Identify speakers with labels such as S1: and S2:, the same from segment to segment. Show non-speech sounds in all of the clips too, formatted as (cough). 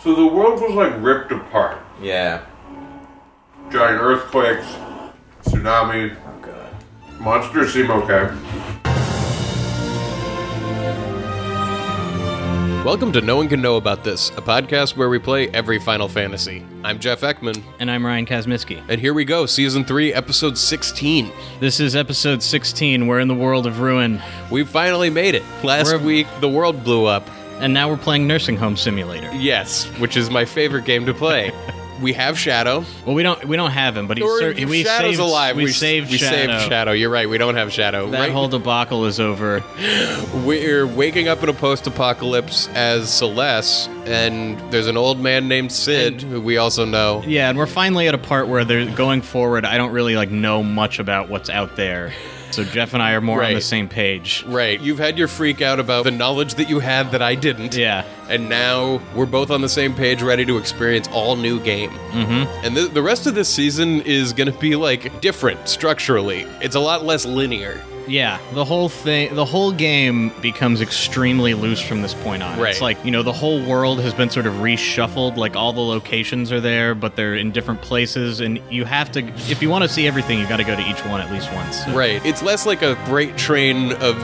S1: So the world was like ripped apart.
S2: Yeah.
S1: Giant earthquakes, tsunami,
S2: Oh god.
S1: monsters seem okay.
S3: Welcome to No One Can Know About This, a podcast where we play every Final Fantasy. I'm Jeff Ekman,
S4: And I'm Ryan Kazmiski.
S3: and here we go, Season 3, Episode 16.
S4: This is episode 16. We're in the world of ruin,
S3: We finally made it. Last
S4: We're-
S3: week, the world blew up.
S4: and now we're playing Nursing Home Simulator.
S3: Yes, which is my favorite game to
S4: (laughs)
S3: play. we have Shadow.
S4: Well, we don't we don't have him, but he's
S3: Or
S4: cer- we
S3: Shadow's
S4: saved,
S3: alive.
S4: We,
S3: s-
S4: saved
S3: we
S4: Shadow.
S3: saved Shadow. You're right. We don't have Shadow.
S4: That
S3: right?
S4: whole debacle is over.
S3: We're waking up in a post-apocalypse as Celeste, and there's an old man named Sid, who we also know.
S4: Yeah, and we're finally at a part where they're going forward. I don't really like know much about what's out there, so Jeff and I are more on the
S3: Right.
S4: same page.
S3: Right. You've had your freak out about the knowledge that you had that I didn't.
S4: Yeah.
S3: And now we're both on the same page, ready to experience all new game. Mm-hmm. And the, the rest of this season is going to be like different structurally. It's a lot less linear.
S4: Yeah, the whole thing, the whole game becomes extremely loose from this point on.
S3: Right.
S4: It's like, you know, the whole world has been sort of reshuffled. Like, all the locations are there, but they're in different places. And you have to, if you want to see everything, you got to go to each one at least once.
S3: Right. It's less like a great train of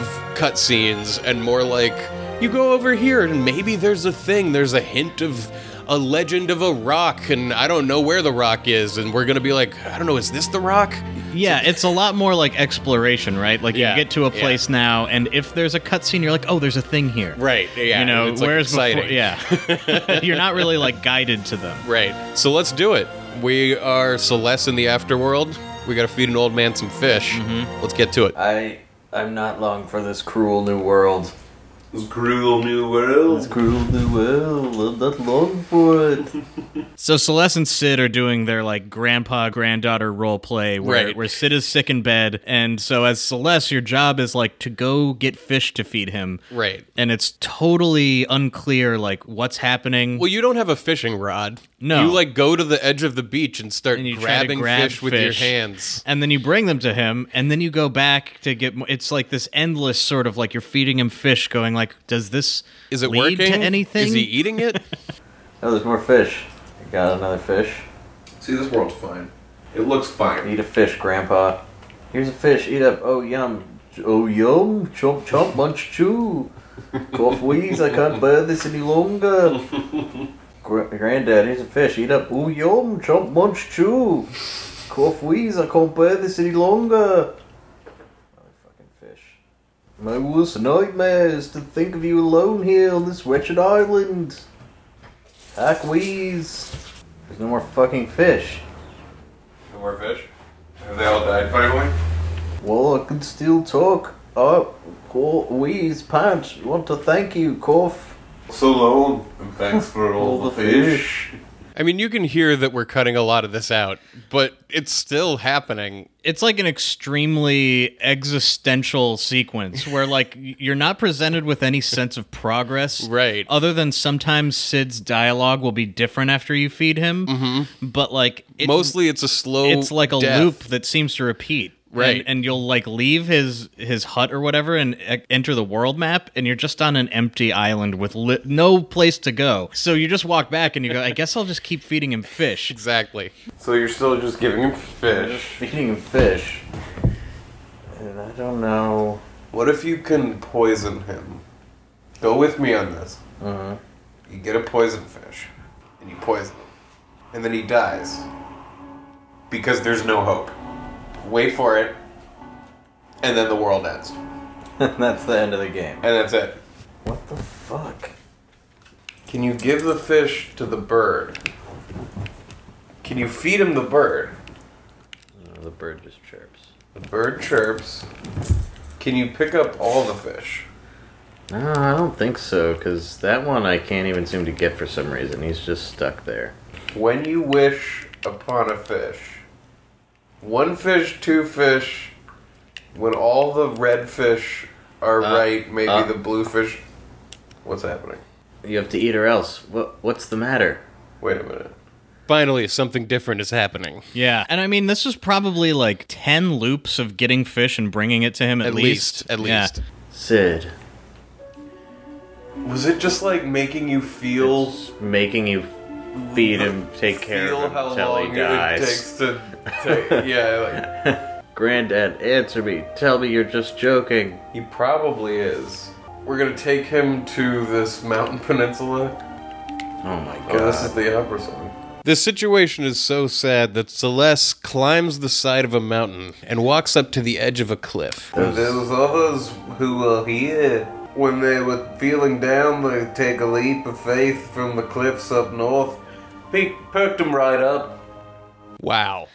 S3: cutscenes and more like you go over here and maybe there's a thing, there's a hint of a legend of a rock and I don't know where the rock is and we're going to be like, I don't know, is this the rock?
S4: Yeah, it's a lot more like exploration, right? Like,
S3: Yeah,
S4: you get to a
S3: yeah.
S4: place now, and if there's a cutscene, you're like, oh, there's a thing here.
S3: Right. Yeah.
S4: you know,
S3: it's, like,
S4: whereas
S3: exciting.
S4: before, yeah, (laughs) you're not really like guided to them.
S3: Right. So let's do it. We are Celeste in the afterworld. We gotta feed an old man some fish.
S4: Mm-hmm.
S3: Let's get to it.
S2: I I'm not long for this cruel new world.
S1: This cruel new world.
S2: This cruel new world. I'm not long for it.
S4: So Celeste and Sid are doing their like grandpa granddaughter role play where,
S3: Right.
S4: where Sid is sick in bed and so as Celeste your job is like to go get fish to feed him.
S3: Right.
S4: And it's totally unclear like what's happening.
S3: Well, you don't have a fishing rod.
S4: No.
S3: You like go to the edge of the beach and start
S4: And you try to
S3: grabbing
S4: grab
S3: fish, with your
S4: fish.
S3: hands.
S4: and then you bring them to him and then you go back to get mo- it's like this endless sort of like you're feeding him fish going like does this
S3: Is it
S4: lead
S3: working?
S4: to anything?
S3: Is he eating it?
S4: (laughs)
S2: Oh, there's more fish. I got another fish.
S1: See, this world's fine. It looks fine.
S2: Eat a fish, Grandpa. Here's a fish. Eat up. Oh yum. Oh yum. Chomp chomp. Munch chew. Cough wheeze. I can't bear this any longer. Gra- Granddad, here's a fish. Eat up. Oh yum. Chomp munch chew. Cough wheeze. I can't bear this any longer. Another fucking fish. My worst nightmare is to think of you alone here on this wretched island. Hack wheeze. There's no more fucking fish.
S1: No more fish. Have they all died finally?
S2: Well, I can still talk. Oh, call wheeze pants. Want to thank you, Cough.
S1: So long, and thanks for all, the, fish.
S3: I mean, you can hear that we're cutting a lot of this out, but it's still happening.
S4: it's like an extremely existential sequence where like you're not presented with any sense of
S3: (laughs)
S4: progress
S3: Right.
S4: other than sometimes sid's dialogue will be different after you feed him mm-hmm. but like it,
S3: Mostly it's a slow
S4: it's like a
S3: death.
S4: loop that seems to repeat
S3: Right.
S4: and, and you'll like leave his his hut or whatever and e- enter the world map and you're just on an empty island with li- no place to go so you just walk back and you go i guess i'll just keep feeding him fish
S3: Exactly.
S1: So you're still just giving him
S2: Just
S1: fish.
S2: feeding him fish. And I don't know.
S1: What if you can poison him? Go with me on this.
S2: Uh-huh.
S1: Mm-hmm. You get a poison fish, and you poison him. And then he dies. Because there's no hope. Wait for it, and then the world ends. And
S2: (laughs) That's the end of the game.
S1: that's it.
S2: What the fuck?
S1: Can you give the fish to the bird? Can you feed him the bird?
S2: the bird just chirps.
S1: The bird chirps. Can you pick up all the fish?
S2: No, I don't think so, because that one I can't even seem to get for some reason. He's just stuck there.
S1: When you wish upon a fish, one fish, two fish, when all the red fish are
S2: Uh,
S1: right, maybe
S2: uh.
S1: the blue fish. What's happening?
S2: You have to eat or else. What? What's the matter?
S1: Wait a minute.
S3: Finally, something different is happening.
S4: Yeah, and I mean, this was probably like ten loops of getting fish and bringing it to him at,
S3: At least. At
S4: Yeah.
S3: least.
S2: Sid.
S1: Was it just like making you feel
S2: It's making you feed him, take care
S1: feel
S2: of him
S1: how
S2: until
S1: long
S2: he
S1: it
S2: dies.
S1: takes to take, yeah like,
S2: Granddad, answer me. Tell me you're just joking.
S1: he probably is we're gonna take him to this mountain (laughs) peninsula
S2: Oh my god.
S1: oh this is the opera song
S3: The situation is so sad that Celeste climbs the side of a mountain and walks up to the edge of a cliff.
S1: and there's others who were here when they were feeling down they take a leap of faith from the cliffs up north he perked him right up
S3: Wow.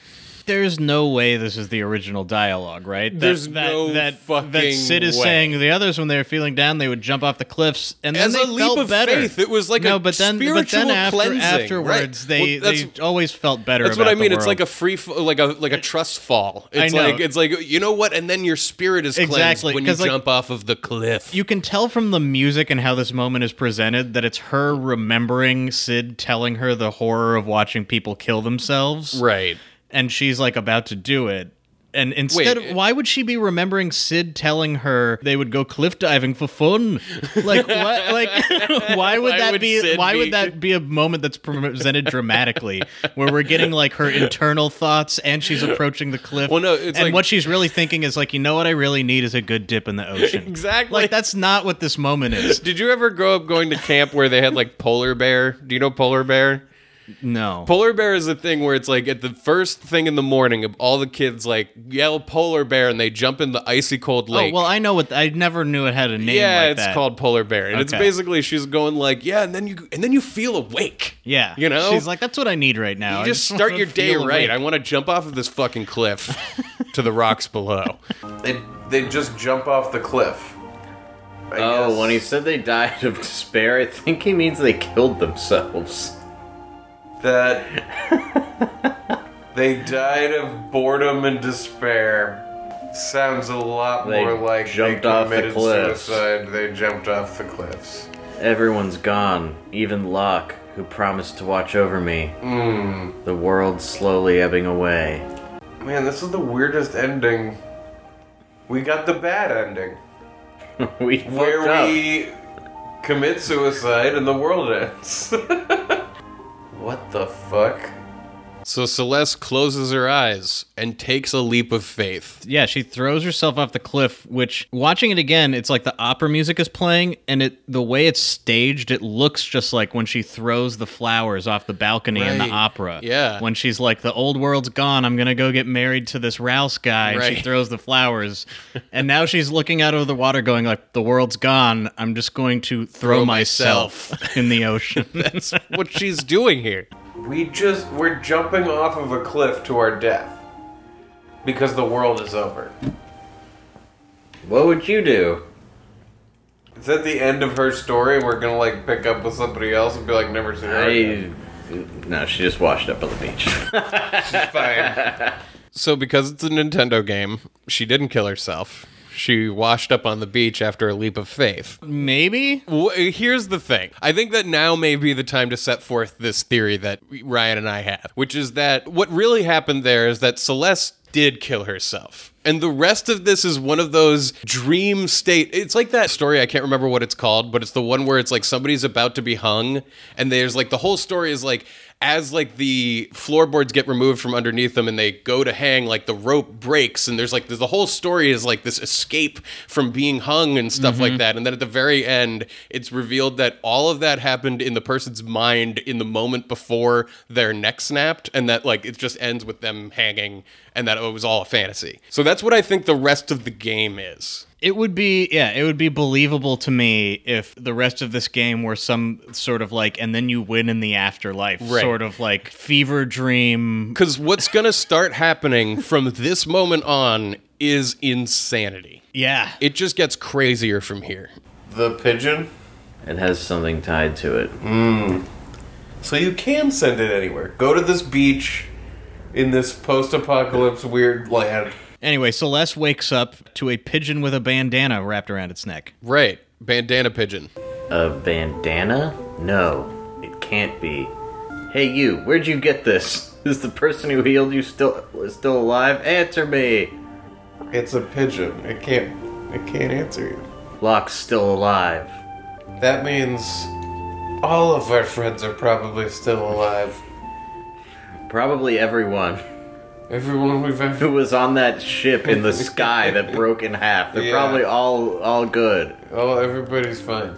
S4: There's no way this is the original dialogue, right? That-
S3: There's
S4: that,
S3: no
S4: that,
S3: fucking
S4: that Sid is
S3: way.
S4: saying the others when they were feeling down, they would jump off the cliffs, and then
S3: As
S4: they
S3: a leap
S4: felt
S3: of
S4: better.
S3: faith, it was like
S4: no,
S3: a
S4: but then, but then
S3: spiritual
S4: after,
S3: cleansing, right?
S4: afterwards, they
S3: Well, that's-
S4: they always felt better.
S3: That's what I
S4: about the
S3: mean. It's
S4: world.
S3: like a free, f- like a like a trust fall.
S4: I
S3: It's
S4: know.
S3: like it's like you know what, and then your spirit is cleansed
S4: Exactly,
S3: when you
S4: 'cause, like,
S3: jump off of the cliff.
S4: you can tell from the music and how this moment is presented that it's her remembering Sid telling her the horror of watching people kill themselves.
S3: right?
S4: And she's like about to do it. And instead,
S3: Wait,
S4: of, why would she be remembering Sid telling her they would go cliff diving for fun? Like what? Like (laughs) why would
S3: Why
S4: that
S3: would
S4: be?
S3: Sid
S4: why
S3: be-
S4: would that be a moment that's presented dramatically, where we're getting like her internal thoughts and she's approaching the cliff?
S3: Well, no, it's
S4: and
S3: like-
S4: what she's really thinking is like, you know what I really need is a good dip in the ocean.
S3: (laughs) Exactly.
S4: Like that's not what this moment is.
S3: Did you ever grow up going to camp where they had like polar bear? Do you know polar bear?
S4: No.
S3: Polar bear is a thing where it's like at the first thing in the morning, all the kids like yell polar bear and they jump in the icy cold
S4: Oh
S3: lake.
S4: well, I know what. I never knew it had a name.
S3: yeah,
S4: like
S3: it's
S4: that.
S3: called polar bear, and it's
S4: Okay.
S3: basically she's going like, yeah, and then you and then you feel awake.
S4: Yeah,
S3: you know,
S4: she's like, that's what I need right now.
S3: You
S4: I
S3: just start
S4: wanna
S3: your day
S4: feel
S3: right.
S4: awake."
S3: I want to jump off of this fucking cliff
S4: (laughs)
S3: to the rocks below.
S1: they, they just jump off the cliff I
S2: Oh,
S1: guess.
S2: when he said they died of despair, I think he means they killed themselves.
S1: that they died of boredom and despair. Sounds a lot
S2: They
S1: more like
S2: jumped
S1: they
S2: off the
S1: committed
S2: cliffs.
S1: suicide. They jumped off the cliffs.
S2: Everyone's gone, even Locke, who promised to watch over me.
S1: Hmm.
S2: The world's slowly ebbing away. (laughs)
S1: Man, this is the weirdest ending. We got the bad ending,
S2: we
S1: where
S2: fucked up.
S1: we commit suicide and the world ends. (laughs) what the fuck?
S3: so Celeste closes her eyes and takes a leap of faith.
S4: Yeah, she throws herself off the cliff. Which, watching it again, it's like the opera music is playing, and it the way it's staged, it looks just like when she throws the flowers off the balcony in the
S3: Right.
S4: opera.
S3: Yeah.
S4: when she's like, "The old world's gone. I'm gonna go get married to this Rouse guy," and she
S3: Right.
S4: throws the flowers, and now she's looking out of the water, going like, "The world's gone. I'm just going to throw,
S3: Throw
S4: myself, in the ocean."
S3: (laughs) That's what she's doing here.
S1: We just we're jumping off of a cliff to our death because the world is over.
S2: What would you do?
S1: Is that the end of her story? We're gonna like pick up with somebody else and be like, never seen her. again.
S2: I. No, she just washed up on the beach.
S1: Fine.
S3: So because it's a Nintendo game, she didn't kill herself. She washed up on the beach after a leap of faith.
S4: (laughs) Maybe
S3: Wh- Here's the thing. I think that now may be the time to set forth this theory that Ryan and I have, which is that what really happened there is that Celeste did kill herself. And the rest of this is one of those dream state. It's like that story, I can't remember what it's called, but it's the one where it's like somebody's about to be hung and there's like the whole story is like as like the floorboards get removed from underneath them and they go to hang like the rope breaks and there's like there's, the whole story is like this escape from being hung and stuff like that and then at the very end it's revealed that all of that happened in the person's mind in the moment before their neck snapped and that like it just ends with them hanging and that it was all a fantasy so that's what i think the rest of the game is
S4: It would be yeah, it would be believable to me if the rest of this game were some sort of like and then you win in the afterlife
S3: Right.
S4: sort of like fever dream.
S3: because what's gonna start happening from this moment on is insanity
S4: Yeah.
S3: it just gets crazier from here
S1: the pigeon. Hmm.
S2: it has something tied to it.
S1: So you can send it anywhere. Go to this beach in this post-apocalypse weird land.
S4: Anyway, Celeste wakes up to a pigeon with a bandana wrapped around its neck.
S3: Right. Bandana pigeon.
S2: A bandana? No, it can't be. Hey, you, where'd you get this? (laughs) Is the person who healed you still still alive? Answer me.
S1: It's a pigeon. It can't. It can't answer you.
S2: Locke's still alive.
S1: That means all of our friends are probably still alive.
S2: Probably everyone (laughs)
S1: Everyone we've
S2: who
S1: ever.
S2: was on that ship in the sky that broke in half. They're
S1: Yeah.
S2: probably all all good.
S1: Oh, everybody's fine.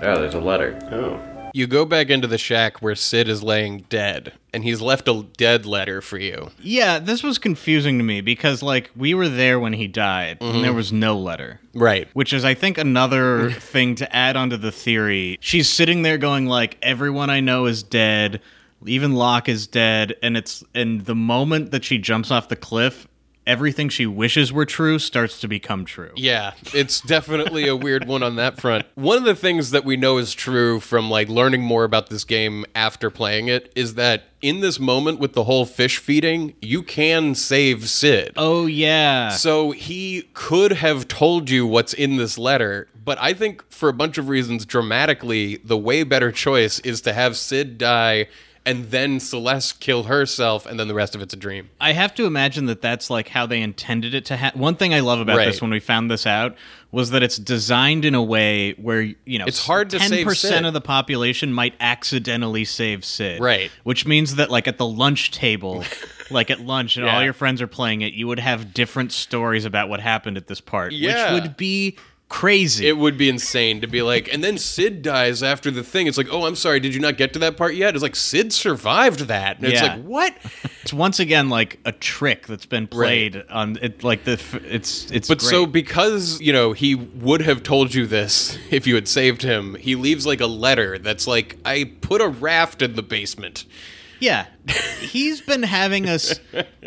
S2: Oh, there's a letter.
S1: Oh.
S3: You go back into the shack where Sid is laying dead, and he's left a dead letter for you.
S4: Yeah, this was confusing to me because like we were there when he died
S2: Mm-hmm.
S4: and there was no letter.
S3: Right.
S4: Which is I think (laughs) another thing to add onto the theory. She's sitting there going like everyone I know is dead, even Locke is dead, and it's and the moment that she jumps off the cliff, everything she wishes were true starts to become true.
S3: Yeah, it's definitely a weird one on that front. One of the things that we know is true from like learning more about this game after playing it is that in this moment with the whole fish feeding, you can save Sid.
S4: Oh yeah.
S3: So he could have told you what's in this letter, but I think for a bunch of reasons, dramatically, the way better choice is to have Sid die and then Celeste kill herself, and then the rest of it's a dream.
S4: I have to imagine that that's like how they intended it to happen. One thing I love about
S3: Right.
S4: this when we found this out was that it's designed in a way where you know
S3: It's hard to save Sid.
S4: percent of the population might accidentally save Sid,
S3: Right.
S4: Which means that like at the
S3: (laughs)
S4: lunch table, like at lunch, and all
S3: Yeah.
S4: your friends are playing it, you would have different stories about what happened at this part,
S3: Yeah.
S4: which would be crazy.
S3: It would be insane to be like, and then Sid dies after the thing. It's like, oh, I'm sorry, did you not get to that part yet? It's like, Sid survived that. And it's
S4: Yeah.
S3: like, what?
S4: it's once again like a trick that's been played on it. Like the f- it's it's
S3: But
S4: great.
S3: so because, you know, he would have told you this (laughs) if you had saved him, he leaves like a letter that's like, I put a raft in the basement.
S4: Yeah. He's been having us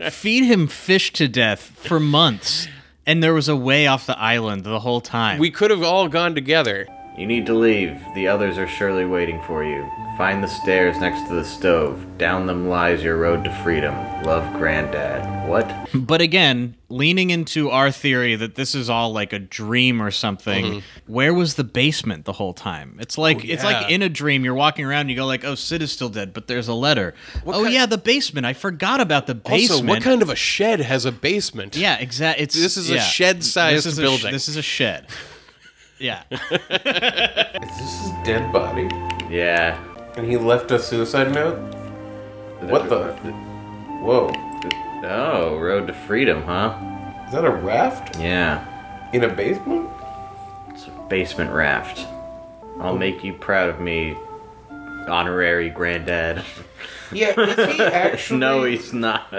S4: feed him fish to death for months. And there was a way off the island the whole time.
S3: We could have all gone together.
S2: You need to leave. The others are surely waiting for you. Find the stairs next to the stove. Down them lies your road to freedom. Love, Granddad. What?
S4: but again, leaning into our theory that this is all like a dream or something, where was the basement the whole time? It's like it's like
S3: Mm-hmm. Oh, yeah.
S4: in a dream you're walking around and you go like, "Oh, Sid is still dead, but there's a letter." oh
S3: ki-
S4: yeah, the basement. I forgot about the basement.
S3: Also, what kind of a shed has a basement?
S4: Yeah, exactly. It's
S3: This is a
S4: yeah.
S3: shed-sized
S4: This is a sh-
S3: building.
S4: this is a shed. (laughs) Yeah.
S1: Is this his dead body?
S2: Yeah.
S1: And he left a suicide note? What the? Whoa.
S2: Oh, road to freedom, huh?
S1: Is that a raft?
S2: Yeah.
S1: In a basement?
S2: It's a basement raft. I'll make you proud of me, honorary Granddad. (laughs)
S1: Yeah, is
S3: (laughs)
S1: he Oh, actually (laughs)
S2: no, he's not.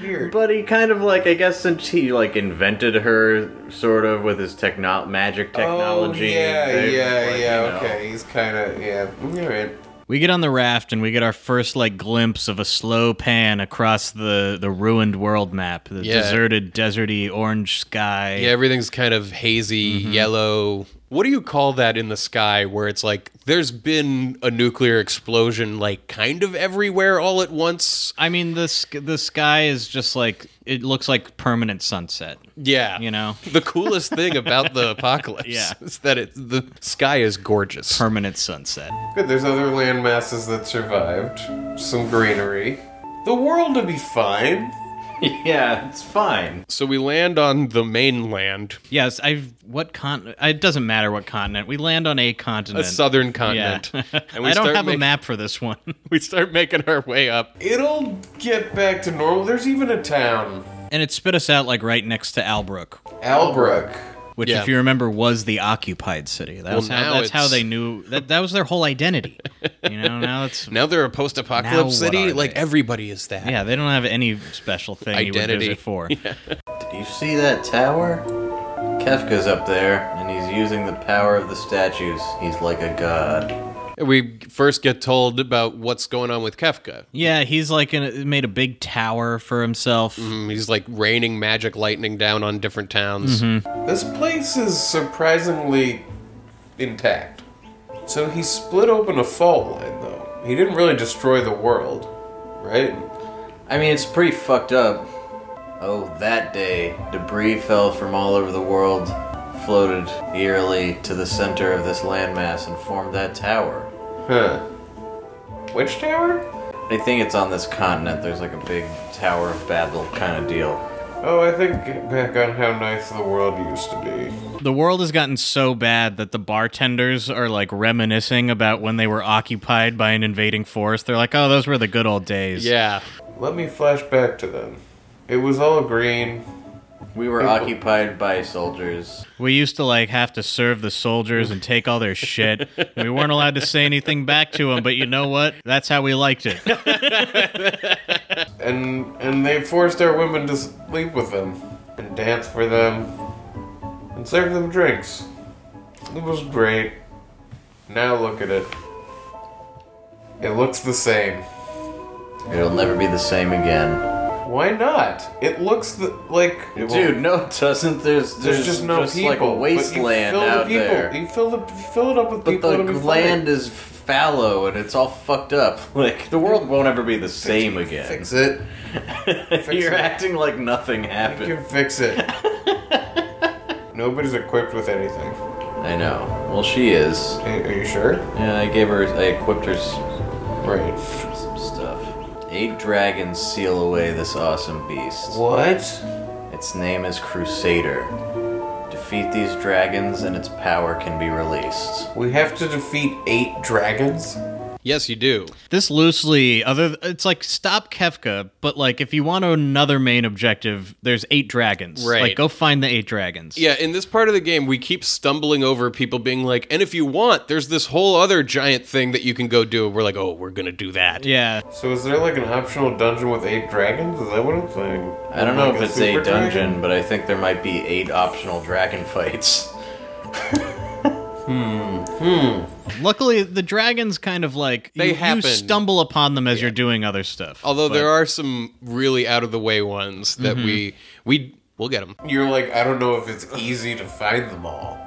S1: weird?
S2: But he kind of like I guess since he like invented her sort of with his techno magic technology.
S1: Oh, yeah,
S2: they-
S1: yeah,
S2: like,
S1: yeah,
S2: you know.
S1: okay. He's kind of, yeah. You're right.
S4: We get on the raft and we get our first like glimpse of a slow pan across the the ruined world map, the
S3: Yeah.
S4: deserted, deserty orange sky.
S3: Yeah, everything's kind of hazy,
S2: Mm-hmm.
S3: yellow. What do you call that in the sky where it's like there's been a nuclear explosion like kind of everywhere all at once?
S4: I mean the sk- the sky is just like it looks like permanent sunset.
S3: Yeah.
S4: You know,
S3: The coolest thing
S2: (laughs)
S3: about the apocalypse
S4: Yeah.
S3: is that it, the sky is gorgeous.
S4: permanent sunset.
S1: Good, there's other land masses that survived. Some greenery. The world will be fine.
S2: Yeah, it's fine.
S3: So we land on the mainland,
S4: Yes, I've what con? It doesn't matter what continent. We land on a
S3: a
S4: continent.
S3: southern
S4: Yeah. (laughs)
S3: continent. And we
S4: I don't
S3: start
S4: have a
S3: make-
S4: map for this one.
S3: (laughs)
S4: (laughs)
S3: We start making our way up.
S1: It'll get back to normal. There's even a town.
S4: and it spit us out like right next to Albrook,
S1: Albrook.
S4: which
S3: Yeah.
S4: if you remember was the occupied city. That was
S3: now
S4: how, that's how
S3: it's-
S4: they knew that that was their whole identity. you know, now it's
S3: Now they're a
S4: Now what
S3: post-apocalypse
S4: are
S3: city. Like
S4: they?
S3: everybody is that.
S4: yeah, they don't have any special thing you would
S3: Identity. (laughs)
S4: visit for.
S2: Do you see that tower? Kefka's up there, and he's using the power of the statues. He's like a god.
S3: We first get told about what's going on with Kefka.
S4: Yeah, he's like in, made a big tower for himself.
S3: Mm, He's like raining magic lightning down on different towns.
S4: Mm-hmm.
S1: This place is surprisingly intact. So he split open a fault line, though. He didn't really destroy the world, right?
S2: I mean, it's pretty fucked up. Oh, that day, debris fell from all over the world, floated eerily to the center of this landmass, and formed that tower.
S1: Huh. Witch Tower?
S2: I think it's on this continent. There's like a big Tower of Babel kind of deal.
S1: Oh, I think back on how nice the world used to be.
S4: The world has gotten so bad that the bartenders are like reminiscing about when they were occupied by an invading force. They're like, oh, those were the good old days.
S3: Yeah.
S1: Let me flash back to them. It was all green.
S2: We were occupied by soldiers.
S4: We used to like have to serve the soldiers and take all their shit. we weren't allowed to say anything back to them, but you know what? That's how we liked it.
S1: and and they forced our women to sleep with them and dance for them and serve them drinks. It was great. Now look at it. It looks the same.
S2: (laughs) It'll never be the same again.
S1: Why not? It looks the, like
S2: Dude, no, it doesn't. There's, there's,
S1: There's just no people.
S2: like a
S1: but you
S2: wasteland
S1: fill the
S2: out
S1: people-
S2: there.
S1: You fill the you fill it up with
S2: But
S1: people.
S2: the
S1: it'll be fine.
S2: land is fallow and it's all fucked up. (laughs) Like the world won't ever be the same again.
S1: Fix
S2: (laughs)
S1: it. it.
S2: You're acting like nothing
S1: You
S2: happened.
S1: can fix it. Nobody's equipped with anything.
S2: I know. Well, she is.
S1: Are are you sure?
S2: Yeah, I gave her. I equipped her s-
S1: Right.
S2: some stuff. Eight dragons seal away this awesome beast.
S1: What?
S2: Its name is Crusader. Defeat these dragons and its power can be released.
S1: We have to defeat eight dragons?
S3: (laughs) Yes, you do.
S4: This loosely, other it's like stop Kefka, but like if you want another main objective, there's eight dragons.
S3: Right.
S4: Like go find the eight dragons.
S3: Yeah, in this part of the game, we keep stumbling over people being like, and if you want, there's this whole other giant thing that you can go do. We're like, oh, we're going to do that.
S4: Yeah.
S1: So is there like an optional dungeon with eight dragons? Is that what I'm saying?
S2: I don't know
S1: Like
S2: if
S1: a
S2: it's a
S1: super dragon?
S2: dungeon, but I think there might be eight optional dragon fights. (laughs)
S1: Hmm.
S4: Luckily, the dragons kind of like
S3: Hmm. They
S4: you, you
S3: happen.
S4: stumble upon them as you're doing other stuff.
S3: Although there are some really out of the way ones that we, we, we'll get them.
S1: You're like, I don't know if it's easy to find them all.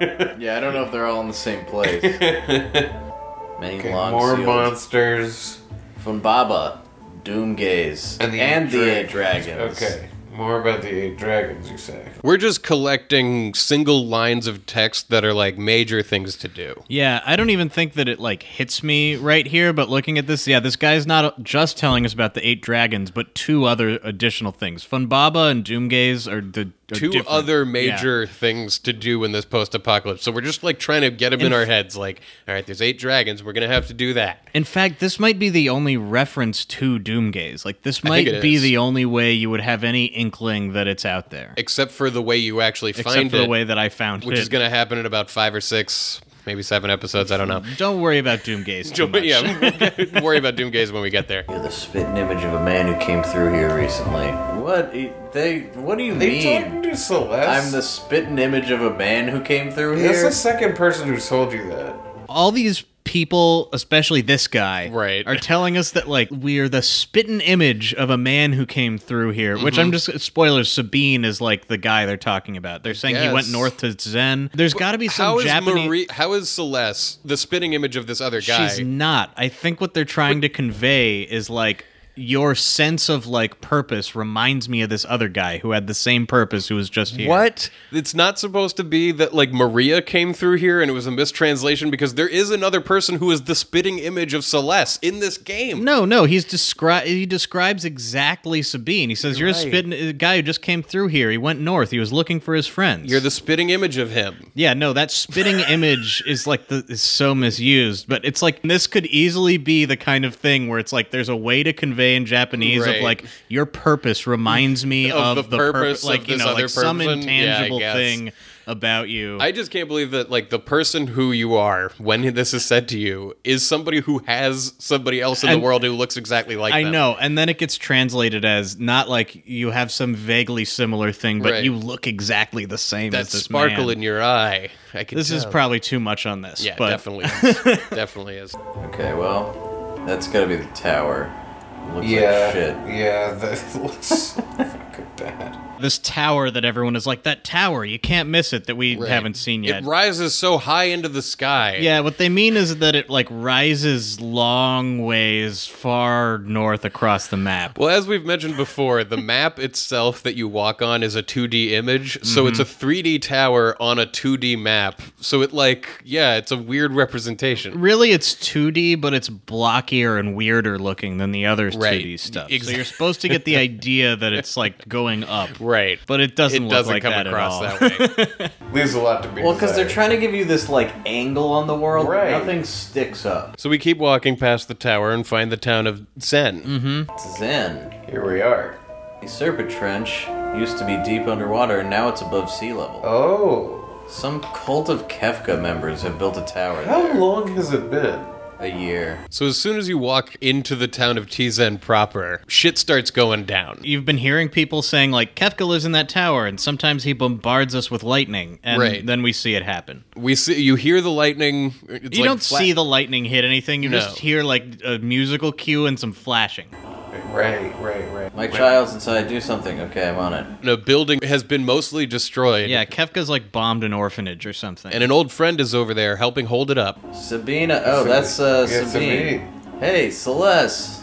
S2: Yeah, I don't know if they're all in the same
S1: (laughs)
S2: place. Many
S1: Okay,
S2: long
S1: more
S2: sealed-
S1: monsters.
S2: Fumbaba, Doomgaze,
S1: And the eight
S2: eight dragons.
S1: Okay. More about the eight dragons, you say.
S3: We're just collecting single lines of text that are like major things to do.
S4: Yeah, I don't even think that it like hits me right here, but looking at this, yeah, this guy's not uh, just telling us about the eight dragons, but two other additional things. Funbaba and Doomgaze are the are
S3: Two
S4: different.
S3: other
S4: Yeah.
S3: major things to do in this post apocalypse. So we're just like trying to get them in our heads like, all right, there's eight dragons. We're going to have to do that.
S4: In fact, this might be the only reference to Doomgaze. Like this
S3: think
S4: might
S3: it
S4: be
S3: is.
S4: the only way you would have any inkling that it's out there,
S3: Except for the way you actually
S4: except
S3: find
S4: for the
S3: it.
S4: way that I found
S3: which
S4: it.
S3: is going to happen in about five or six, maybe seven episodes. I don't know.
S4: Don't worry about Doomgaze.
S3: (laughs)
S4: (laughs) Too much.
S3: yeah, (laughs) we'll worry about Doomgaze when we get there.
S2: You're the spitting image of a man who came through here recently. What? e- They? What do you
S1: They talking
S2: mean?
S1: to Celeste?
S2: I'm the spitting image of a man who came through
S1: That's
S2: here.
S1: the second person who told you that.
S4: all these people, especially this guy,
S3: Right.
S4: are telling us that like we are the spitting image of a man who came through here. Which I'm
S3: Mm-hmm.
S4: just spoilers. Sabine is like the guy they're talking about. They're saying he went
S3: guess.
S4: north to Zen. There's got to be some
S3: How is
S4: Japanese.
S3: Marie? How is Celeste the spitting image of this other guy?
S4: She's not. I think what they're trying to convey is like your sense of like purpose reminds me of this other guy who had the same purpose who was just here.
S3: What? It's not supposed to be that like Maria came through here and it was a mistranslation because there is another person who is the spitting image of Celeste in this game.
S4: No, no, he's descri- he describes exactly Sabine. He says you're a spitting a guy who just came through here. He went north. He was looking for his friends.
S3: You're the spitting image of him.
S4: Yeah, no,
S3: (laughs)
S4: that spitting image is like the, is so misused, but it's like this could easily be the kind of thing where it's like there's a way to convey in Japanese
S3: Right.
S4: of like your purpose reminds me
S3: Of
S4: of,
S3: the
S4: purpo-
S3: purpose of
S4: like you
S3: this
S4: know,
S3: other
S4: like some
S3: person? Yeah, I
S4: intangible
S3: guess.
S4: thing about you.
S3: I just can't believe that like the person who you are when (laughs) this is said to you is somebody who has somebody else in
S4: And-
S3: the world who looks exactly like
S4: I
S3: them.
S4: know, and then it gets translated as not like you have some vaguely similar thing, but
S3: Right.
S4: you look exactly the same
S3: that
S4: as this
S3: sparkle
S4: man.
S3: in your eye. I can
S4: This is
S3: tell.
S4: probably too much on this,
S3: yeah,
S4: but
S3: definitely,
S4: (laughs)
S3: is. definitely is.
S2: Okay, well, that's gotta be the tower. Looks
S1: Yeah.
S2: like shit.
S1: Yeah, that (laughs) looks fucking bad.
S4: this tower that everyone is like that tower, you can't miss it that we
S3: Right.
S4: haven't seen yet.
S3: It rises so high into the sky.
S4: Yeah, what they mean is that it like rises long ways far north across the map.
S3: Well, as we've mentioned before, the map (laughs) itself that you walk on is a 2D image, so it's a
S4: Mhm.
S3: 3D tower on a 2D map. So it like, yeah, it's a weird representation.
S4: Really, it's 2D, but it's blockier and weirder looking than the other there's
S3: Right.
S4: 2D stuff. So
S3: Exa-
S4: you're supposed
S3: (laughs)
S4: to get the idea that it's like going up.
S3: Right.
S4: But it doesn't
S3: it
S4: look
S3: doesn't
S4: like
S3: come
S4: that
S3: across
S4: at all.
S3: that way.
S4: (laughs)
S1: Leaves a lot to be
S2: Well, because they're
S1: desired.
S2: trying to give you this like angle on the world, but
S1: Right.
S2: nothing sticks up.
S3: so we keep walking past the tower and find the town of Zen.
S4: Mm-hmm.
S2: It's Zen.
S1: Here we are.
S2: The Serpent Trench used to be deep underwater, and now it's above sea level.
S1: Oh.
S2: Some cult of Kefka members have built a tower
S1: How
S2: there.
S1: long has it been?
S2: A year.
S3: So as soon as you walk into the town of Tizen proper, shit starts going down.
S4: You've been hearing people saying like Kefka lives in that tower, and sometimes he bombards us with lightning, and
S3: Right.
S4: then we see it happen.
S3: We see you hear the lightning. It's
S4: you
S3: like
S4: don't
S3: flat-
S4: see the lightning hit anything. You
S3: No.
S4: just hear like a musical cue and some flashing.
S1: Right, right, right.
S2: My child's inside. Do something. Okay, I'm on it.
S3: a building has been mostly destroyed.
S4: Yeah, Kefka's like bombed an orphanage or something.
S3: And an old friend is over there helping hold it up.
S2: Sabina. Oh, that's uh,
S1: Yeah,
S2: Sabine. Hey, Celeste.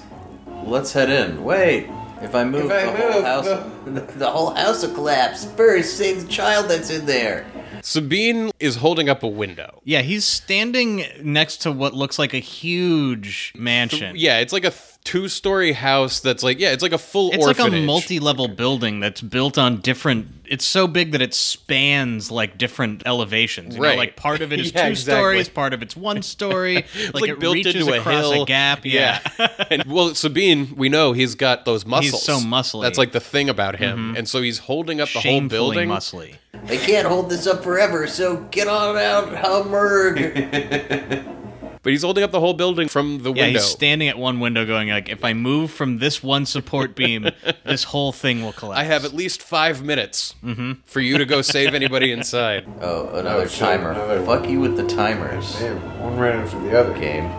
S2: Let's head in. Wait. If I move,
S1: If I
S2: the
S1: move,
S2: whole house, (laughs) the... whole house will collapse. First, save the child that's in there.
S3: Sabine is holding up a window.
S4: yeah, he's standing next to what looks like a huge mansion.
S3: Yeah, it's like a th- two-story house that's like yeah, it's like a full
S4: It's
S3: orphanage.
S4: like a multi-level building that's built on different. It's so big that it spans like different elevations. You know,
S3: Right.
S4: like
S3: (laughs)
S4: part of it is
S3: Yeah,
S4: two
S3: exactly.
S4: stories, part of it's
S3: (laughs)
S4: one story. like,
S3: It's like
S4: it
S3: built
S4: reaches
S3: into a
S4: across
S3: hill.
S4: a gap. Yeah.
S3: (laughs)
S4: (laughs)
S3: and, well, Sabine, we know he's got those muscles.
S4: so muscly. Mm-hmm.
S3: That's like the thing about him. And so he's holding up the whole
S4: Shamefully
S3: building.
S4: muscly.
S2: I can't hold this up forever, so get on out,
S1: (laughs)
S2: Hummerg.
S3: But he's holding up the whole building from the
S4: Yeah,
S3: window.
S4: he's standing at one window, going like, "If I move from this one support
S3: (laughs)
S4: beam, this whole thing will collapse."
S3: I have at least five minutes
S4: Mm-hmm.
S3: for you to go save
S4: (laughs)
S3: anybody inside.
S2: oh, another
S1: Oh, shit,
S2: timer.
S1: another
S2: Fuck you with the timers.
S1: Damn, one right after the other.
S2: Game.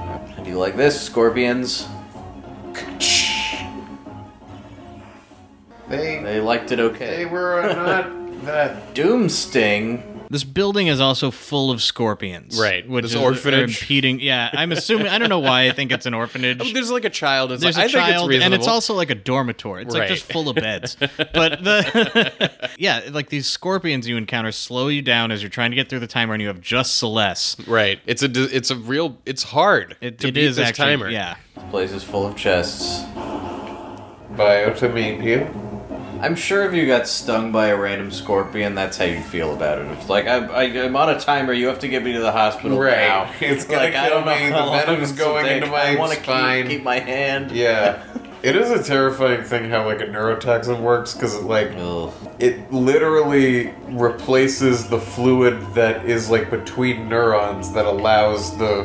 S2: Do you like this, scorpions?
S1: They,
S2: They liked it
S1: they
S2: okay.
S1: were
S2: (laughs)
S1: not that.
S2: Doomsting.
S4: This building is also full of scorpions.
S3: Right,
S4: Which
S3: this
S4: is
S3: orphanage.
S4: impeding. Yeah, I'm assuming. I don't know why I think it's an orphanage.
S3: There's like a child. It's
S4: There's
S3: like,
S4: a
S3: I
S4: child,
S3: think it's
S4: and it's
S3: reasonable.
S4: also like a dormitory. It's like just
S3: Right.
S4: full
S3: (laughs)
S4: of beds. But the (laughs) yeah, like these scorpions you encounter slow you down as you're trying to get through the timer, and you have just Celeste.
S3: right. It's a d- it's a real it's hard
S4: It,
S3: to
S4: it
S3: beat
S4: is
S3: this
S4: actually
S3: timer.
S4: yeah.
S2: This place is full of chests.
S1: Bio to meet you.
S2: I'm sure if you got stung by a random scorpion, that's how you'd feel about it. It's like I, I, I'm on a timer. You have to get me to the hospital now.
S1: (laughs) It's gonna
S2: like
S1: kill
S2: I don't know.
S1: me.
S2: how
S1: The
S2: long
S1: venom's
S2: this will
S1: going
S2: take.
S1: into
S2: I
S1: my
S2: wanna keep-
S1: spine.
S2: Keep, my hand.
S3: (laughs)
S1: Yeah. It is a terrifying thing how like a neurotoxin works because it like
S2: Ugh.
S1: it literally replaces the fluid that is like between neurons that allows the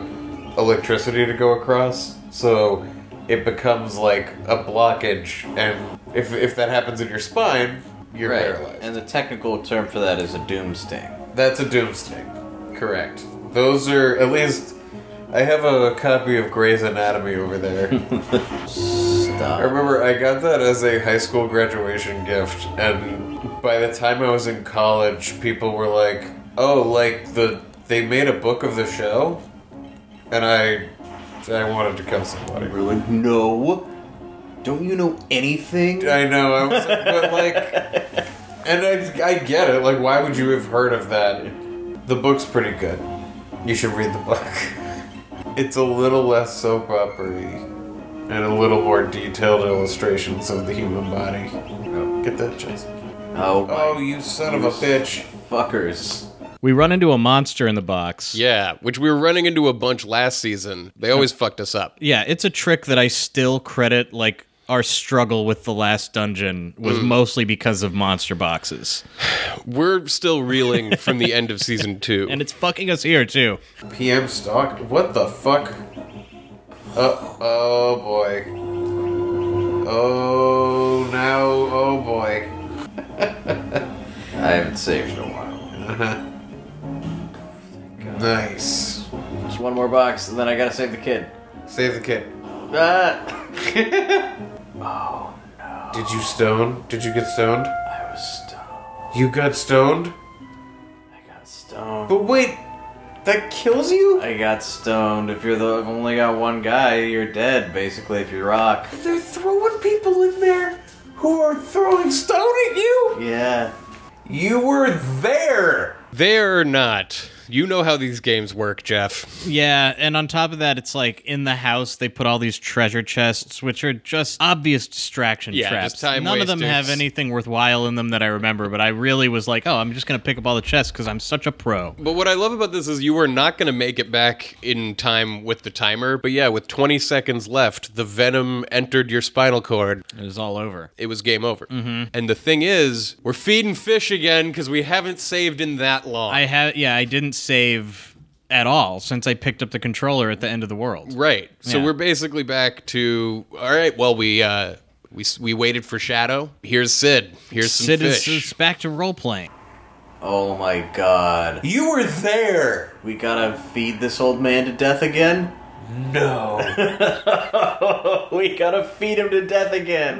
S1: electricity to go across. So it becomes like a blockage, and if if that happens in your spine, you're
S2: Right.
S1: paralyzed.
S2: And the technical term for that is a doomsting.
S1: That's a doomsday. Correct. Those are at least. I have a copy of Grey's Anatomy over there. I
S2: Stop.
S1: remember I got that as a high school graduation gift, and by the time I was in college, people were like, "Oh, like the they made a book of the show," and I I wanted to kill somebody.
S2: We're like, no. Don't you know anything?
S1: I know, I was, but like, and I I get it. Like, why would you have heard of that? The book's pretty good. You should read the book. (laughs) It's a little less soap opery and a little more detailed illustrations of the human body. Get that chest.
S2: Oh my
S1: Oh, you son of a bitch.
S2: fuckers.
S4: We run into a monster in the box.
S3: Yeah, which we were running into a bunch last season. They always fucked us up.
S4: yeah, it's a trick that I still credit like our struggle with the last dungeon
S3: Mm.
S4: was mostly because of monster boxes.
S3: We're still reeling from the end of season two.
S4: (laughs) And it's fucking us here too.
S1: PM stock? What the fuck? Oh, oh boy. Oh, now, oh boy.
S2: I haven't saved in a while.
S1: Nice.
S2: Just one more box, and then I gotta save the kid.
S1: Save the kid.
S2: Ah!
S1: Did you stone? Did you get stoned?
S2: I was stoned.
S1: You got stoned?
S2: I got stoned.
S1: But wait, that kills you?
S2: I got stoned. If you're the if only got one guy, you're dead. Basically, if you rock.
S1: They're throwing people in there who are throwing stone at you?
S2: Yeah.
S1: You were there!
S3: They're not. You know how these games work, Jeff.
S4: Yeah, and on top of that, it's like in the house they put all these treasure chests, which are just obvious distraction
S3: Yeah,
S4: traps.
S3: just time
S4: None of them
S3: wasters.
S4: have anything worthwhile in them that I remember, but I really was like, oh, I'm just gonna pick up all the chests because I'm such a pro.
S3: But what I love about this is you were not going to make it back in time with the timer. But yeah, with 20 seconds left, the venom entered your spinal cord.
S4: It was all over.
S3: It was game over.
S4: Mm-hmm.
S3: And the thing is, we're feeding fish again because we haven't saved in that long.
S4: I had yeah, I didn't save at all since I picked up the controller at the end of the world.
S3: Right. So
S4: Yeah.
S3: we're basically back to all right. Well, we uh, we s- we waited for Shadow. Here's Sid. Here's some
S4: Sid is
S3: fish.
S4: is back to role playing.
S2: Oh my god.
S1: You were there.
S2: We gotta feed this old man to death again?
S1: No.
S2: (laughs) we gotta feed him to death again.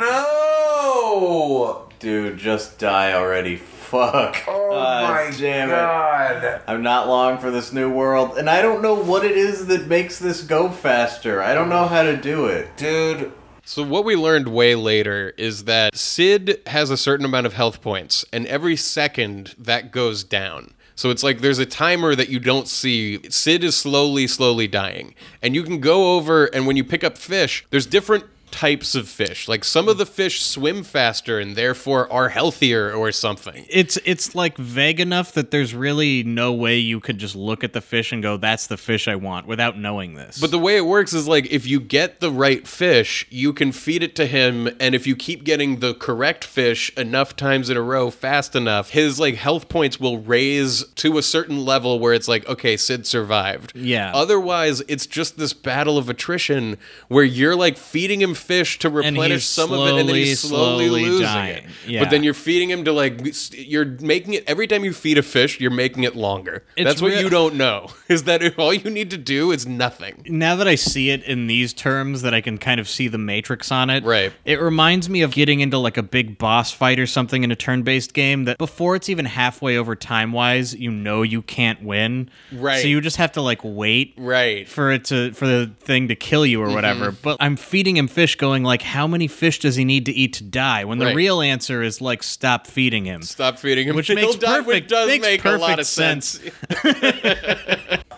S1: no.
S2: Dude, just die already. Fuck.
S1: Oh
S2: Ah,
S1: my
S2: damn it.
S1: god.
S2: I'm not long for this new world, and I don't know what it is that makes this go faster. I don't know how to do it.
S1: Dude,
S3: So what we learned way later is that Sid has a certain amount of health points, and every second that goes down. So it's like there's a timer that you don't see. Sid is slowly, slowly dying, and you can go over and when you pick up fish, there's different types of fish. Like some of the fish swim faster and therefore are healthier or something.
S4: It's it's like vague enough that there's really no way you could just look at the fish and go, "That's the fish I want," without knowing this.
S3: But the way it works is like if you get the right fish, you can feed it to him, and if you keep getting the correct fish enough times in a row, fast enough, his like health points will raise to a certain level where it's like, okay, Sid survived.
S4: Yeah.
S3: Otherwise, it's just this battle of attrition where you're like feeding him fish to replenish
S4: he's
S3: some of it, and then he's
S4: slowly,
S3: slowly,
S4: slowly
S3: losing
S4: dying.
S3: it.
S4: Yeah.
S3: But then you're feeding him to like you're making it every time you feed a fish, you're making it longer.
S4: It's
S3: That's what
S4: real-
S3: you don't know (laughs) is that all you need to do is nothing.
S4: now that I see it in these terms, that I can kind of see the matrix on it.
S3: Right.
S4: It reminds me of getting into like a big boss fight or something in a turn-based game that before it's even halfway over time-wise, you know you can't win.
S3: Right.
S4: So you just have to like wait.
S3: Right.
S4: For it to for the thing to kill you
S3: Mm-hmm.
S4: or whatever, but I'm feeding him fish, going like, how many fish does he need to eat to die? When the
S3: Right.
S4: real answer is like, stop feeding him.
S3: Stop feeding him.
S4: Which
S3: He'll
S4: makes
S3: die,
S4: perfect-
S3: does
S4: makes
S3: make a lot
S4: perfect
S3: of sense.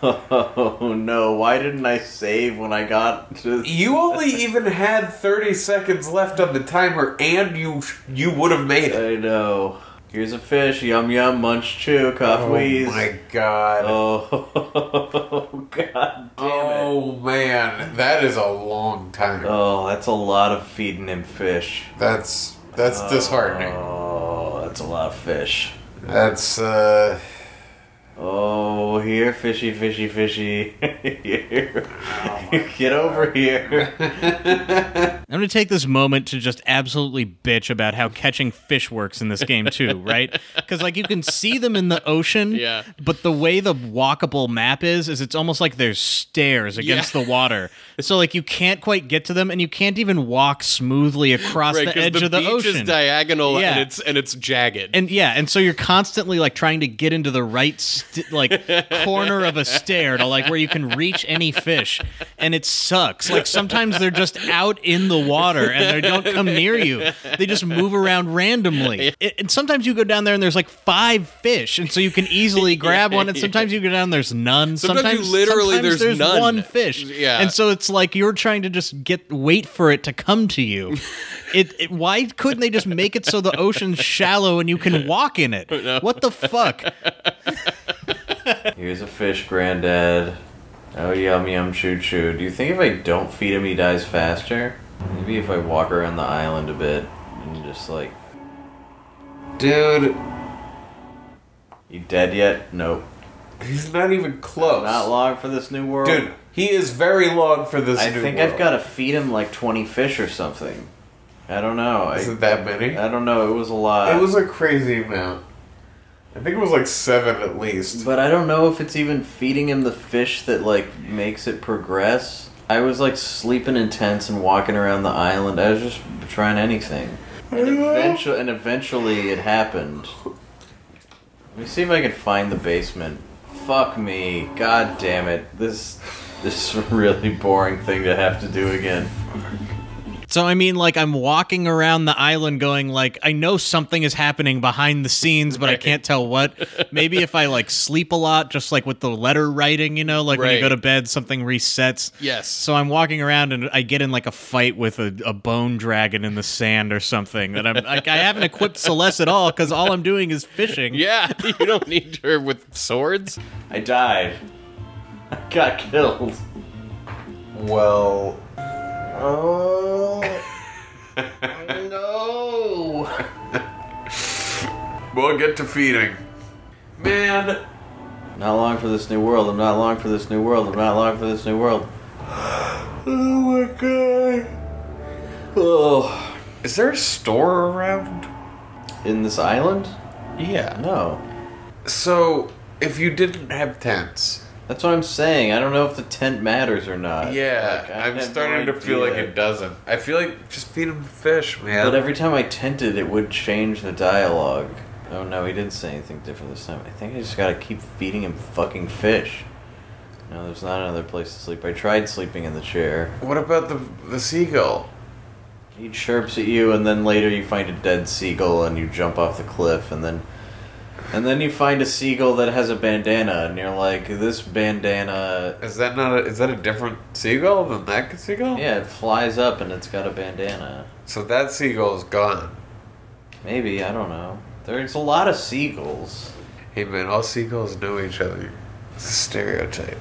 S2: Oh no, why didn't I save when I got to.
S1: you only even had 30 seconds left on the timer and you you would have made it.
S2: I know. Here's a fish. Yum yum, munch chew, cough
S1: Oh
S2: wheeze.
S1: my god.
S2: Oh, (laughs) god damn it.
S1: oh man, that is a long time.
S2: Oh, that's a lot of feeding him fish.
S1: That's that's
S4: Uh,
S1: disheartening.
S2: Oh, that's a lot of fish.
S1: That's uh
S2: Oh, here, fishy, fishy, fishy. (laughs) here.
S1: Oh,
S2: Get over here. (laughs)
S4: I'm going to take this moment to just absolutely bitch about how catching fish works in this game
S3: (laughs)
S4: too, right? Cuz like you can see them in the ocean,
S3: Yeah.
S4: but the way the walkable map is is it's almost like there's stairs against
S3: Yeah.
S4: the water. So like you can't quite get to them and you can't even walk smoothly across
S3: Right,
S4: the
S3: 'cause
S4: edge
S3: the
S4: of the
S3: beach is
S4: ocean.
S3: diagonal
S4: Yeah.
S3: and it's and it's jagged.
S4: and yeah, and so you're constantly like trying to get into the right st- like corner of a stair to like where you can reach any fish, and it sucks. Like sometimes they're just out in the water and they don't come near you. They just move around randomly. It- and sometimes you go down there and there's like five fish, and so you can easily grab one. And sometimes you go down and there's none.
S3: Sometimes
S4: Sometimes,
S3: you literally
S4: sometimes
S3: there's none.
S4: one fish.
S3: Yeah.
S4: and so it's like you're trying to just get wait for it to come
S3: (laughs)
S4: to you. It, it- why couldn't they just make it so the ocean's shallow and you can walk
S3: (laughs)
S4: in it? What the fuck?
S2: Here's a fish, granddad. Oh, yum yum, choo choo. Do you think if I don't feed him, he dies faster? Maybe if I walk around the island a bit and just like,
S1: dude,
S2: you dead yet? Nope.
S1: he's not even close.
S2: Not long for this new world.
S1: Dude, he is very long for this
S2: I
S1: new
S2: think
S1: world.
S2: I've got to feed him like 20 fish or something. I don't know. I,
S1: Isn't that many?
S2: I don't know. It was a lot.
S1: It was a crazy amount. I think it was like seven at least.
S2: But I don't know if it's even feeding him the fish that like makes it progress. I was like sleeping in tents and walking around the island. I was just trying anything. And eventually, and eventually it happened. Let me see if I can find the basement. Fuck me. God damn it. This this is a really boring thing to have to do again.
S4: So I mean, like I'm walking around the island, going like I know something is happening behind the scenes, but I can't tell what. Maybe if I like sleep a lot, just like with the letter writing, you know, like when you
S3: Right.
S4: go to bed, something resets.
S3: Yes.
S4: So I'm walking around and I get in like a fight with a, a bone dragon in the sand or something. That I'm like I haven't equipped Celeste at all because all I'm doing is fishing.
S3: Yeah, (laughs) you don't need her with swords.
S2: I died. (laughs) I got killed.
S1: Well,
S2: Oh. no.
S1: Oh, we'll get to feeding. Man,
S2: Not long for this new world. I'm not long for this new world. I'm not long for this new world.
S1: oh my god.
S2: Oh.
S1: Is there a store around?
S2: In this island?
S1: Yeah.
S2: No.
S1: So, if you didn't have tents,
S2: That's what I'm saying. I don't know if the tent matters or not.
S1: yeah,
S2: Like, I
S1: I'm
S2: have
S1: starting
S2: no
S1: to feel like
S2: idea.
S1: it doesn't. I feel like just feed them fish, man.
S2: But every time I tented, it would change the dialogue. Oh no, he didn't say anything different this time. I think I just gotta keep feeding him fucking fish. No, there's not another place to sleep. I tried sleeping in the chair.
S1: what about the the seagull?
S2: He chirps at you, and then later you find a dead seagull, and you jump off the cliff, and then, and then you find a seagull that has a bandana, and you're like, this bandana.
S1: Is that not a, is that a different seagull than that seagull?
S2: Yeah, it flies up, and it's got a bandana.
S1: So that seagull is gone.
S2: Maybe I don't know. There's a lot of seagulls.
S1: Hey man, all seagulls know each other. It's a stereotype.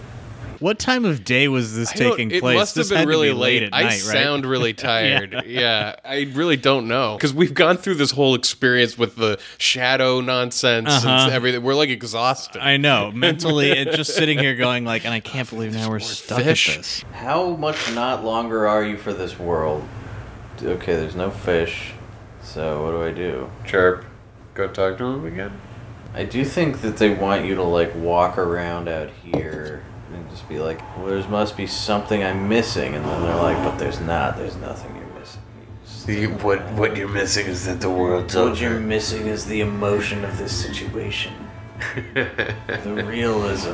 S4: What time of day was this
S3: I don't-
S4: taking
S3: it
S4: place?
S3: must
S4: This
S3: have
S4: had
S3: been
S4: to
S3: really
S4: be
S3: late.
S4: at
S3: I
S4: night,
S3: sound (laughs)
S4: right?
S3: really tired. yeah. I really don't know because we've gone through this whole experience with the shadow nonsense
S4: Uh-huh.
S3: and everything. We're like exhausted.
S4: I know mentally,
S3: (laughs)
S4: it's just sitting here going like, and I can't believe now we're stuck
S3: fish.
S4: at this.
S2: How much not longer are you for this world? Okay, there's no fish, so what do I do?
S1: Chirp. Go talk to him again.
S2: I do think that they want you to like walk around out here and just be like, well, there must be something I'm missing, and then they're like, but there's not. There's nothing you're missing.
S1: You- what what you're missing is that the world's
S2: What you're
S1: over.
S2: missing is the emotion of this
S1: (laughs)
S2: situation, the realism.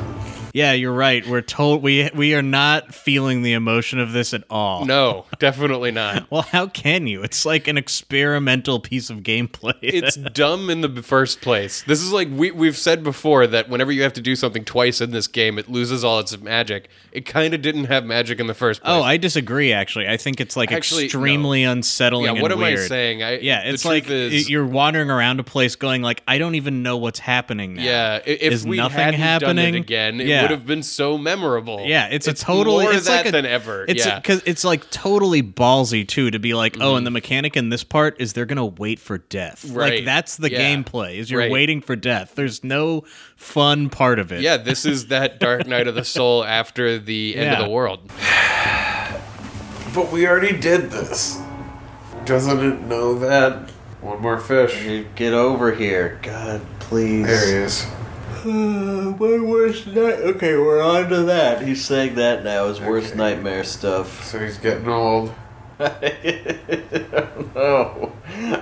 S4: Yeah, you're right. We're told we we are not feeling the emotion of this at all.
S3: No, definitely not.
S4: Well, how can you? It's like an experimental piece of gameplay.
S3: (laughs) It's dumb in the first place. This is like we, we've said before that whenever you have to do something twice in this game, it loses all its magic. It kind of didn't have magic in the first place.
S4: (laughs) oh, I disagree. Actually, I think it's like
S3: Actually, no.
S4: extremely unsettling.
S3: yeah.
S4: and
S3: What am I
S4: weird.
S3: saying? I,
S4: Yeah,
S3: the
S4: it's like
S3: truth is-
S4: you're wandering around a place, going like, I don't even know what's happening now.
S3: Yeah, i- if
S4: Is
S3: we
S4: nothing
S3: hadn't done
S4: happening?
S3: it again, it
S4: Yeah.
S3: would have been so memorable.
S4: Yeah, it's, a total.
S3: more
S4: it's
S3: that
S4: like a,
S3: than ever.
S4: It's
S3: yeah, Mm-hmm.
S4: because it's like totally ballsy too to be like, oh, and the mechanic in this part is they're gonna wait for death.
S3: Right.
S4: Like that's the
S3: Yeah.
S4: gameplay is you're
S3: Right.
S4: waiting for death. There's no fun part of it.
S3: yeah. This is that Dark Night of the Soul after the end
S4: Yeah.
S3: of the world.
S1: But we already did this. Doesn't it know that? One more fish.
S2: You get over here, God, please.
S1: There he is.
S2: Uh, (sighs) my worst night. Okay, we're on to that. He's saying that now. His worst
S1: Okay.
S2: nightmare stuff. (laughs)
S1: So he's getting old.
S2: I don't know.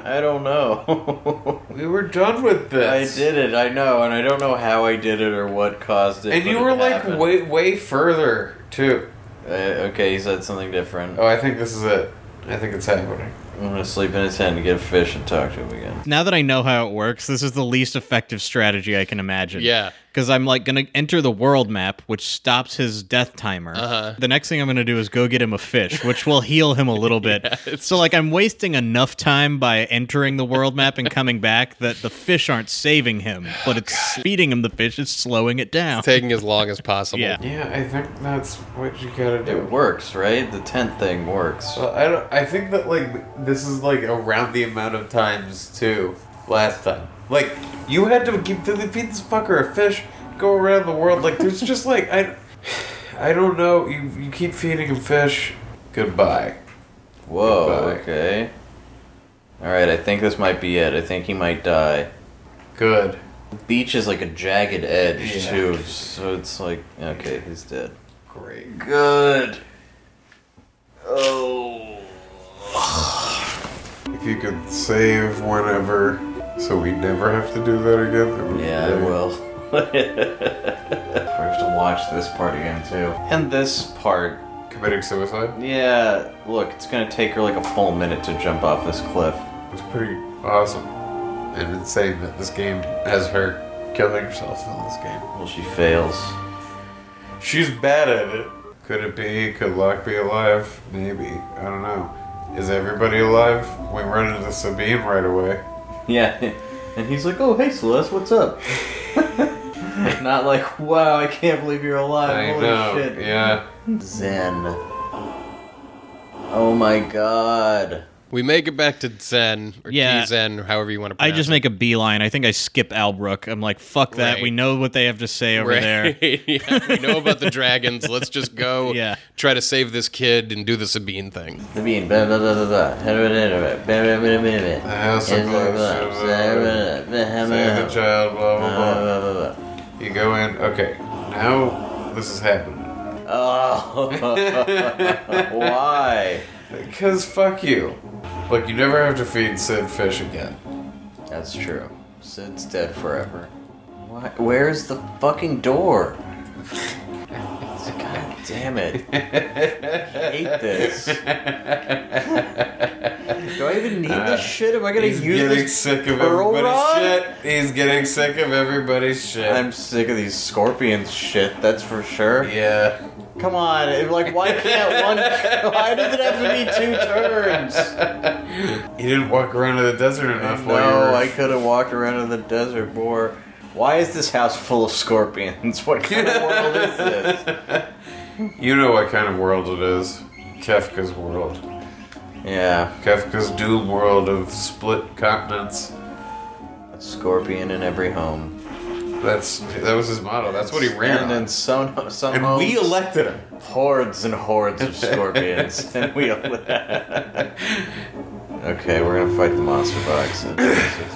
S2: I don't know. (laughs)
S1: We were done with
S2: I
S1: this.
S2: did it. I know, and I don't know how I did it or what caused it.
S1: And
S2: but
S1: you
S2: it
S1: were like
S2: happened.
S1: way way further too.
S2: Uh, okay, he said something different.
S1: Oh, I think this is it. I think it's happening.
S2: I'm gonna sleep in his tent and get a fish and talk to him again.
S4: Now that I know how it works, this is the least effective strategy I can imagine.
S3: Yeah.
S4: Because I'm like gonna enter the world map, which stops his death timer.
S3: Uh-huh.
S4: The next thing I'm gonna do is go get him a fish, which will heal him a little bit.
S3: (laughs)
S4: so like I'm wasting enough time by entering the world map and coming back that the fish aren't
S3: (sighs)
S4: saving him, but it's feeding him the fish, it's slowing it down.
S3: Taking as long as possible.
S4: Yeah.
S1: Yeah, I think that's what you gotta
S2: It
S1: do.
S2: works, right? The tent thing works.
S1: Well, I don't. I think that like this is like around the amount of times too last time. Like you had to keep to feed this fucker a fish, go around the world. Like there's (laughs) just like I, I don't know. You you keep feeding him fish. Goodbye.
S2: Whoa.
S1: Goodbye.
S2: Okay. All right. I think this might be it. I think he might die.
S1: Good.
S2: beach is like a jagged edge
S1: Yeah.
S2: too, so it's like okay, he's dead.
S1: Great.
S2: Good. Oh.
S1: If you could save whenever, so we never have to do that again. that would be
S2: Yeah, I
S1: great.
S2: will. (laughs) we have to watch this part again too, and this part
S1: committing suicide.
S2: Yeah, look, it's gonna take her like a full minute to jump off this cliff.
S1: It's pretty awesome and insane that this game has her killing herself in this game.
S2: Well, she fails.
S1: She's bad at it. Could it be? Could Locke be alive? Maybe. I don't know. Is everybody alive? We run into Sabine right away.
S2: Yeah, and he's like, "Oh, hey, Celeste, what's up?"
S1: (laughs)
S2: Not like, "Wow, I can't believe you're alive."
S1: I
S2: Holy
S1: know.
S2: shit.
S1: Yeah.
S2: Zen. Oh my god.
S3: We make it back to Zen or
S4: Yeah.
S3: T Zen, however you want to.
S4: I
S3: Pronounce
S4: just
S3: it.
S4: make a beeline. I think I skip Albrook. I'm like, fuck that.
S3: Right.
S4: We know what they have to say over
S3: (laughs)
S4: there.
S3: yeah, we know about the dragons. Let's just go.
S4: (laughs) Yeah.
S3: Try to save this kid and do the Sabine thing.
S2: The bean. Blah, blah, blah, blah, blah. Blah, blah, blah, blah, blah, blah, blah,
S1: The
S2: blah.
S1: house of
S2: Blah, blah,
S1: love.
S2: blah, blah, blah, blah,
S1: Save the
S2: blah,
S1: child. Blah blah blah.
S2: blah, blah, blah.
S1: You go in. Okay. Now this is happening.
S2: Oh, (laughs) why?
S1: Because fuck you. Look, you never have to feed Sid fish again.
S2: That's true. Sid's dead forever. Why? Where's the fucking door? God damn it. I hate this. Do I even need this shit? Am I gonna
S1: Uh, He's
S2: use
S1: getting
S2: this
S1: sick of
S2: pearl
S1: everybody's
S2: rod?
S1: shit. He's getting sick of everybody's shit.
S2: I'm sick of these scorpions shit, that's for sure.
S1: yeah.
S2: Come on, it- like why can't
S3: (laughs)
S2: one (laughs) why does it have to be two (laughs) turns?
S1: You didn't walk around in the desert enough while you
S2: No,
S1: were-
S2: I could have walked around in the desert more. Why is this house full of scorpions? (laughs) What kind of
S1: (laughs)
S2: world is this?
S1: You know what kind of world it is. Kefka's world.
S2: Yeah,
S1: Kefka's doom world of split continents.
S2: a scorpion in every home.
S1: That's that was his motto. That's what he ran
S2: And
S1: on.
S2: in some some
S1: And
S2: homes,
S1: we elected him.
S2: hordes and
S1: (laughs)
S2: hordes of scorpions. and we okay, we're gonna fight the monster box.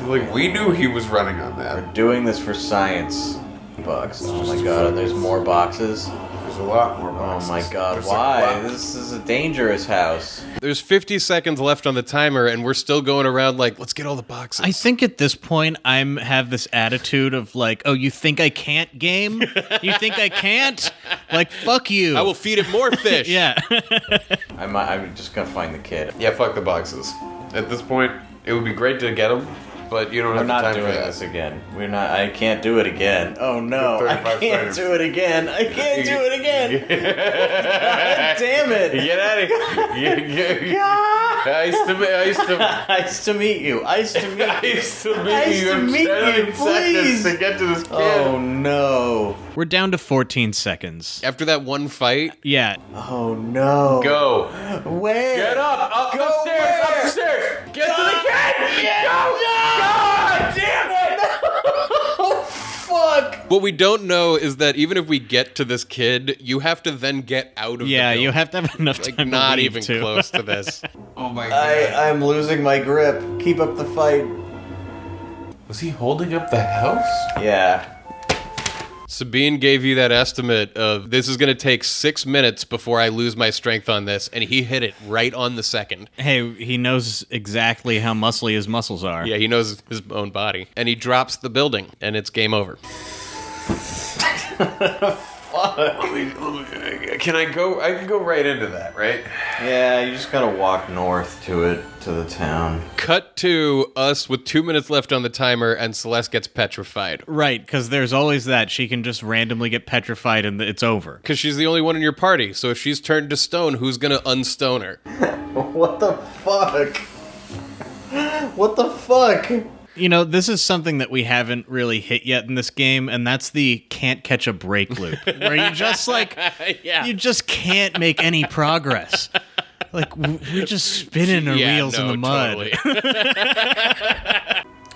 S1: Like we knew he was running on that.
S2: We're doing this for science. Box. Oh my god, and there's more boxes.
S1: There's a lot more.
S2: Oh
S1: boxes.
S2: my god,
S1: There's a
S2: why?
S1: lot.
S2: This is a dangerous house.
S3: There's 50 seconds left on the timer, and we're still going around like, let's get all the boxes.
S4: I think at this point I'm have this attitude of like, oh, you think I can't game? You think I can't? Like, fuck you.
S3: I will feed it
S2: (laughs)
S3: more fish.
S4: Yeah. (laughs)
S2: I'm, I'm just gonna find the kid.
S1: Yeah, fuck the boxes. At this point, it would be great to get them, but you don't
S2: We're
S1: have the
S2: not
S1: time
S2: doing
S1: for that.
S2: this again. We're not. I can't do it again. Oh no! I
S1: 35
S2: can't
S1: seconds.
S2: do it again. I can't do it
S1: (laughs)
S2: again. God damn it!
S1: Get out of here! (laughs) You- you-
S2: God!
S1: I used to. be- I used
S2: (laughs)
S1: to.
S2: Nice to meet you. Nice to
S1: (laughs) I
S2: meet you.
S1: used to meet
S2: Nice
S1: you.
S2: to
S1: I'm
S2: meet
S1: seven
S2: you,
S1: seconds
S2: please.
S1: to get to this kid.
S2: Oh no!
S4: We're down to 14 seconds.
S3: After that one fight,
S4: Yeah.
S2: Oh no!
S1: Go.
S2: Where?
S1: Get up! Up
S2: Go
S1: the stairs! Up the
S2: where?
S1: stairs! Get to the kid! Go! God damn it!
S2: Oh fuck!
S3: what we don't know is that even if we get to this kid, you have to then get out of.
S4: Yeah,
S3: the
S4: you
S3: building.
S4: have to have enough time.
S3: Like,
S4: to
S3: not
S4: leave,
S3: even
S4: too.
S3: close to
S4: (laughs)
S3: this.
S1: Oh my god.
S2: I I'm losing my grip. Keep up the fight.
S1: Was he holding up the house?
S2: (laughs) Yeah.
S1: Ah,
S3: Sabine gave you that estimate of this is going to take six minutes before I lose my strength on this, and he hit it right on the second.
S4: Hey, he knows exactly how muscly his muscles are.
S3: Yeah, he knows his own body. And he drops the building, and it's game over.
S1: Can I go? I can go right into that, right?
S2: Yeah. You just gotta walk north to it to the town.
S3: Cut to us with two minutes left on the timer, and Celeste gets petrified.
S4: Right, because there's always that. She can just randomly get petrified and it's over.
S3: Because she's the only one in your party, so if she's turned to stone, who's going to unstone her?
S2: What the fuck? What the fuck?
S4: You know, this is something that we haven't really hit yet in this game, and that's the can't catch a break loop, where you just like,
S3: (laughs) yeah.
S4: you just can't make any progress. Like, w- we're just spinning our
S3: Yeah,
S4: wheels in
S3: no,
S4: the
S5: (laughs)
S4: mud.
S3: totally.
S1: I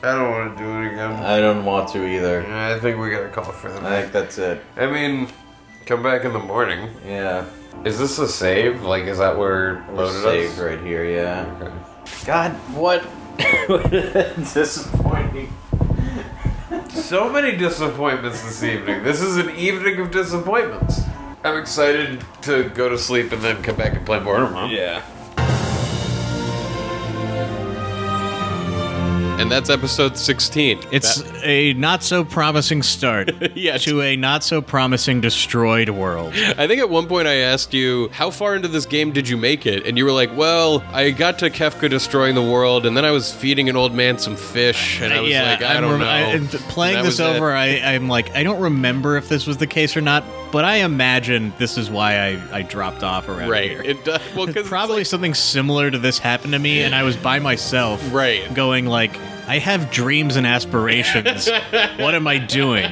S1: don't want to do it again.
S2: I don't want to either.
S1: I think we gotta call for them.
S2: I think that's it.
S1: I mean, come back in the morning.
S2: Yeah.
S1: Is this a save? Like, is that where
S2: We're
S1: loaded
S2: saved
S1: us?
S2: right here, yeah.
S1: Okay.
S2: God, what? (laughs) Disappointing.
S1: So many disappointments this evening. This is an evening of disappointments. I'm excited to go to sleep and then come back and play more tomorrow.
S2: Yeah.
S3: and that's episode 16.
S5: It's
S3: That-
S5: a not so promising start
S3: (laughs) Yeah, it's-
S5: to a not so promising destroyed world.
S3: I think at one point I asked you, how far into this game did you make it? And you were like, well, I got to Kefka destroying the world, and then I was feeding an old man some fish, and I was like,
S5: Uh,
S3: I
S5: I'm
S3: don't
S5: rem-
S3: know.
S5: I- and
S3: And
S5: playing
S3: that
S5: this
S3: was it.
S5: over, I, I'm like, I don't remember if this was the case or not, but I imagine this is why I, I dropped off around
S3: Right. (laughs)
S5: here.
S3: It does. Well, because
S5: Probably something similar to this happened to me, and I was by myself.
S3: Right.
S5: Going like, I have dreams and
S4: (laughs)
S5: aspirations. what am I doing?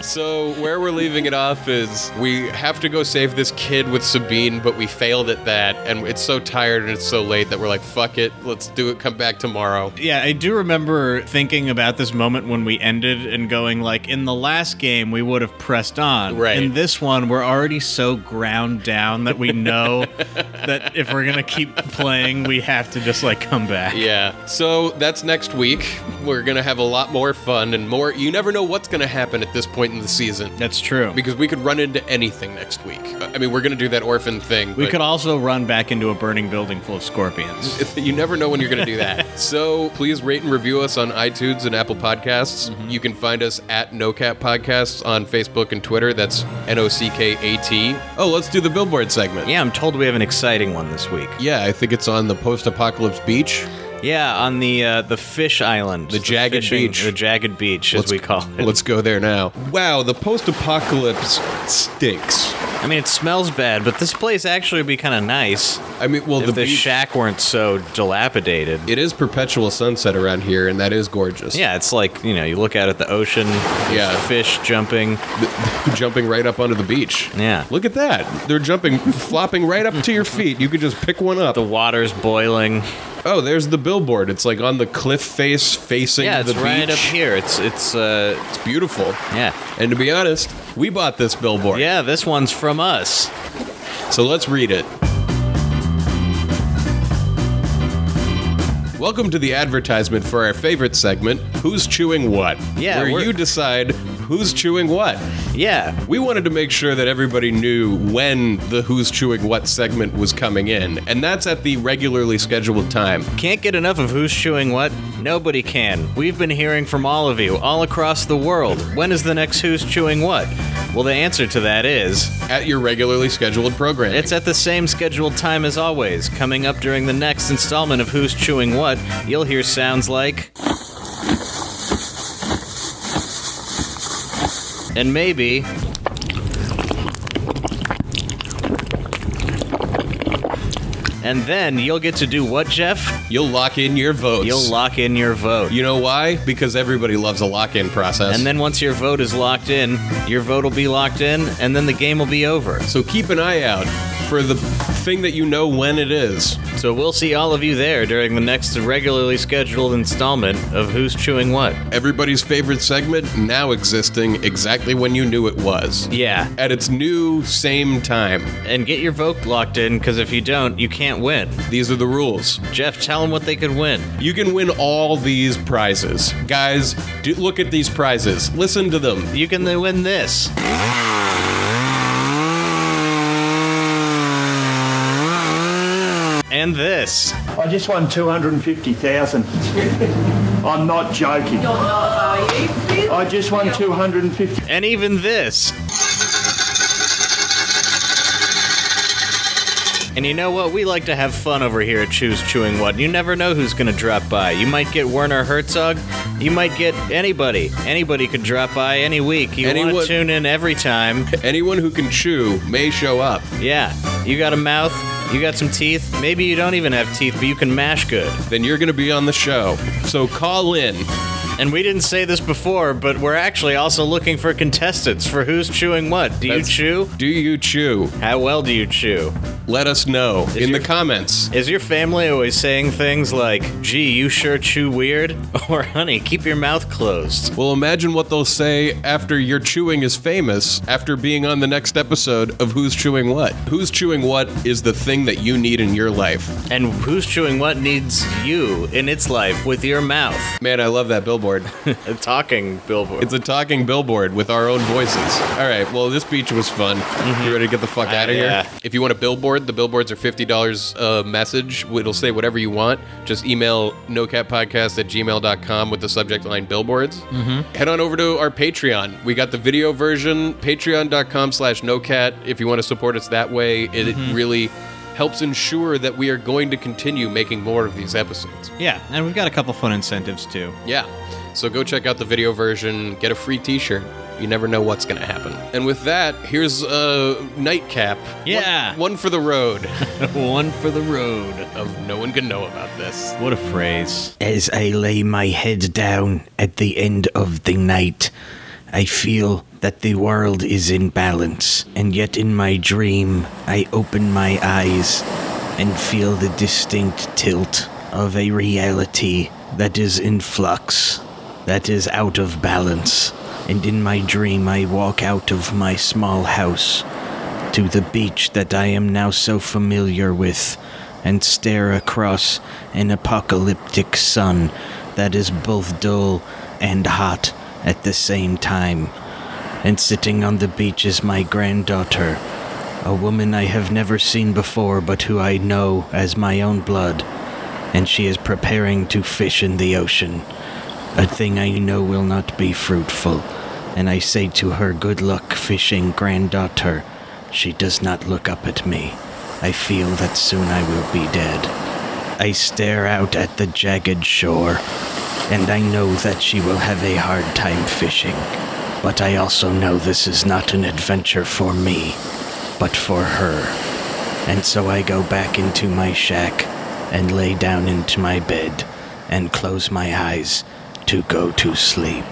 S3: So where we're leaving it off is we have to go save this kid with Sabine, but we failed at that, and it's so tired and it's so late that we're like, fuck it, let's do it. Come back tomorrow.
S5: Yeah, I do remember thinking about this moment when we ended and going like, in the last game we would have pressed on.
S3: Right.
S5: In this one, we're already so ground down that we
S4: (laughs)
S5: know that if we're gonna keep playing, we have to just like come back.
S3: Yeah. So that's next week. We're gonna have a lot more fun and more. You never know what's gonna happen at this point in the season
S5: That's true.
S3: because we could run into anything next week. I mean, we're gonna do that orphan thing.
S5: we
S3: but-
S5: could also run back into a burning building full of scorpions.
S3: (laughs) you never know when you're going to do (laughs) that. so please rate and review us on iTunes and Apple Podcasts. You can find us at NoCat Podcasts on Facebook and Twitter. That's N O C K A T. Oh, let's do the billboard segment.
S4: Yeah, I'm told we have an exciting one this week.
S3: Yeah, I think it's on the post-apocalypse beach.
S4: Yeah, on the uh, the fish island, the
S3: jagged beach.
S4: the jagged beach, as we call it.
S3: Let's go there now. Wow, the post-apocalypse stinks.
S4: I mean, it smells bad, but this place actually would be kind of nice
S3: I mean, well,
S4: if
S3: the
S4: the
S3: beach,
S4: shack weren't so dilapidated.
S3: it is perpetual sunset around here, and that is gorgeous.
S4: Yeah, it's like you know, you look out at the ocean, there's
S3: Yeah.
S4: fish jumping.
S3: (laughs) jumping right up onto the beach.
S4: Yeah.
S3: Look at that. They're jumping, flopping right up to your feet. You could just pick one up.
S4: The water's boiling.
S3: Oh, there's the billboard. It's like on the cliff face facing
S4: Yeah,
S3: the
S4: it's right up
S3: beach.
S4: here. It's it's uh
S3: It's beautiful.
S4: yeah.
S3: And to be honest, we bought this billboard.
S4: Yeah, this one's from us.
S3: So let's read it. Welcome to the advertisement for our favorite segment, Who's Chewing What?
S4: Yeah,
S3: Where
S4: we're-
S3: you decide who's chewing what.
S4: Yeah.
S3: We wanted to make sure that everybody knew when the Who's Chewing What segment was coming in, and that's at the regularly scheduled time.
S4: Can't get enough of who's chewing what? Nobody can. We've been hearing from all of you, all across the world. When is the next who's chewing what? Well, the answer to that is
S3: At your regularly scheduled program.
S4: It's at the same scheduled time as always. Coming up during the next installment of Who's Chewing What, you'll hear sounds like. And maybe. And then you'll get to do what, Jeff?
S3: You'll lock in your votes.
S4: You'll lock in your vote.
S3: You know why? Because everybody loves a lock-in process.
S4: And then once your vote is locked in, your vote will be locked in, and then the game will be over.
S3: so keep an eye out for the thing that you know when it is.
S4: So we'll see all of you there during the next regularly scheduled installment of Who's Chewing What.
S3: Everybody's favorite segment now existing exactly when you knew it was.
S4: Yeah,
S3: At its new same time.
S4: and get your vote locked in because if you don't, you can't win.
S3: These are the rules.
S4: Jeff, tell them what they could win.
S3: You can win all these prizes. Guys, do, look at these prizes. Listen to them.
S4: You can win this. And this.
S6: I just won 250,000. I'm not joking. I just won 250.
S4: And even this. And you know what? We like to have fun over here at Choose Chewing What. You never know who's going to drop by. You might get Werner Herzog. You might get anybody. Anybody could drop by any week. You want
S3: Anyone-
S4: to tune in
S3: (laughs)
S4: every time.
S3: Anyone who can chew may show up.
S4: Yeah. You got a mouth. You got some teeth. Maybe you don't even have teeth, but you can mash good.
S3: Then you're going to be on the show. So call in.
S4: And we didn't say this before, but we're actually also looking for contestants for who's chewing what. Do you
S3: That's-
S4: chew?
S3: Do you chew?
S4: How well do you chew?
S3: Let us know in
S4: your-
S3: the comments.
S4: Is your family always saying things like, gee, you sure chew weird? (laughs) Or, honey, keep your mouth closed?
S3: Well, imagine what they'll say after your chewing is famous, after being on the next episode of Who's Chewing What. Who's Chewing What is the thing that you need in your life.
S4: And who's chewing what needs you in its life with your mouth? (laughs)
S3: Man, I love that billboard. (laughs)
S4: A talking billboard.
S3: it's a talking billboard with our own voices. All right, well, this beach was fun. You ready to get the fuck out of
S4: yeah.
S3: here? If you want a billboard, billboard. The billboards are $50 a message. It'll say whatever you want. Just email nocatpodcast at gmail.com with the subject line billboards. Mm-hmm. Head on over to our Patreon. We got the video version, patreon.com slash nocat. If you want to support us that way, it it really helps ensure that we are going to continue making more of these episodes.
S4: Yeah, and we've got a couple fun incentives too.
S3: Yeah. So go check out the video version, get a free t shirt. You never know what's going to happen. And with that, here's a nightcap.
S4: Yeah.
S3: One, one for the road
S4: (laughs) One for the road.
S3: of No One Can Know About This.
S4: What a phrase.
S7: As I lay my head down at the end of the night, I feel that the world is in balance, and yet in my dream, I open my eyes and feel the distinct tilt of a reality that is in flux, that is out of balance. And in my dream, I walk out of my small house to the beach that I am now so familiar with and stare across an apocalyptic sun that is both dull and hot at the same time. And sitting on the beach is my granddaughter, a woman I have never seen before but who I know as my own blood, and she is preparing to fish in the ocean a thing I know will not be fruitful. And I say to her, Good luck fishing, granddaughter. She does not look up at me. I feel that soon I will be dead. I stare out at the jagged shore, and I know that she will have a hard time fishing. But I also know this is not an adventure for me, but for her. And so I go back into my shack and lay down into my bed and close my eyes to go to sleep.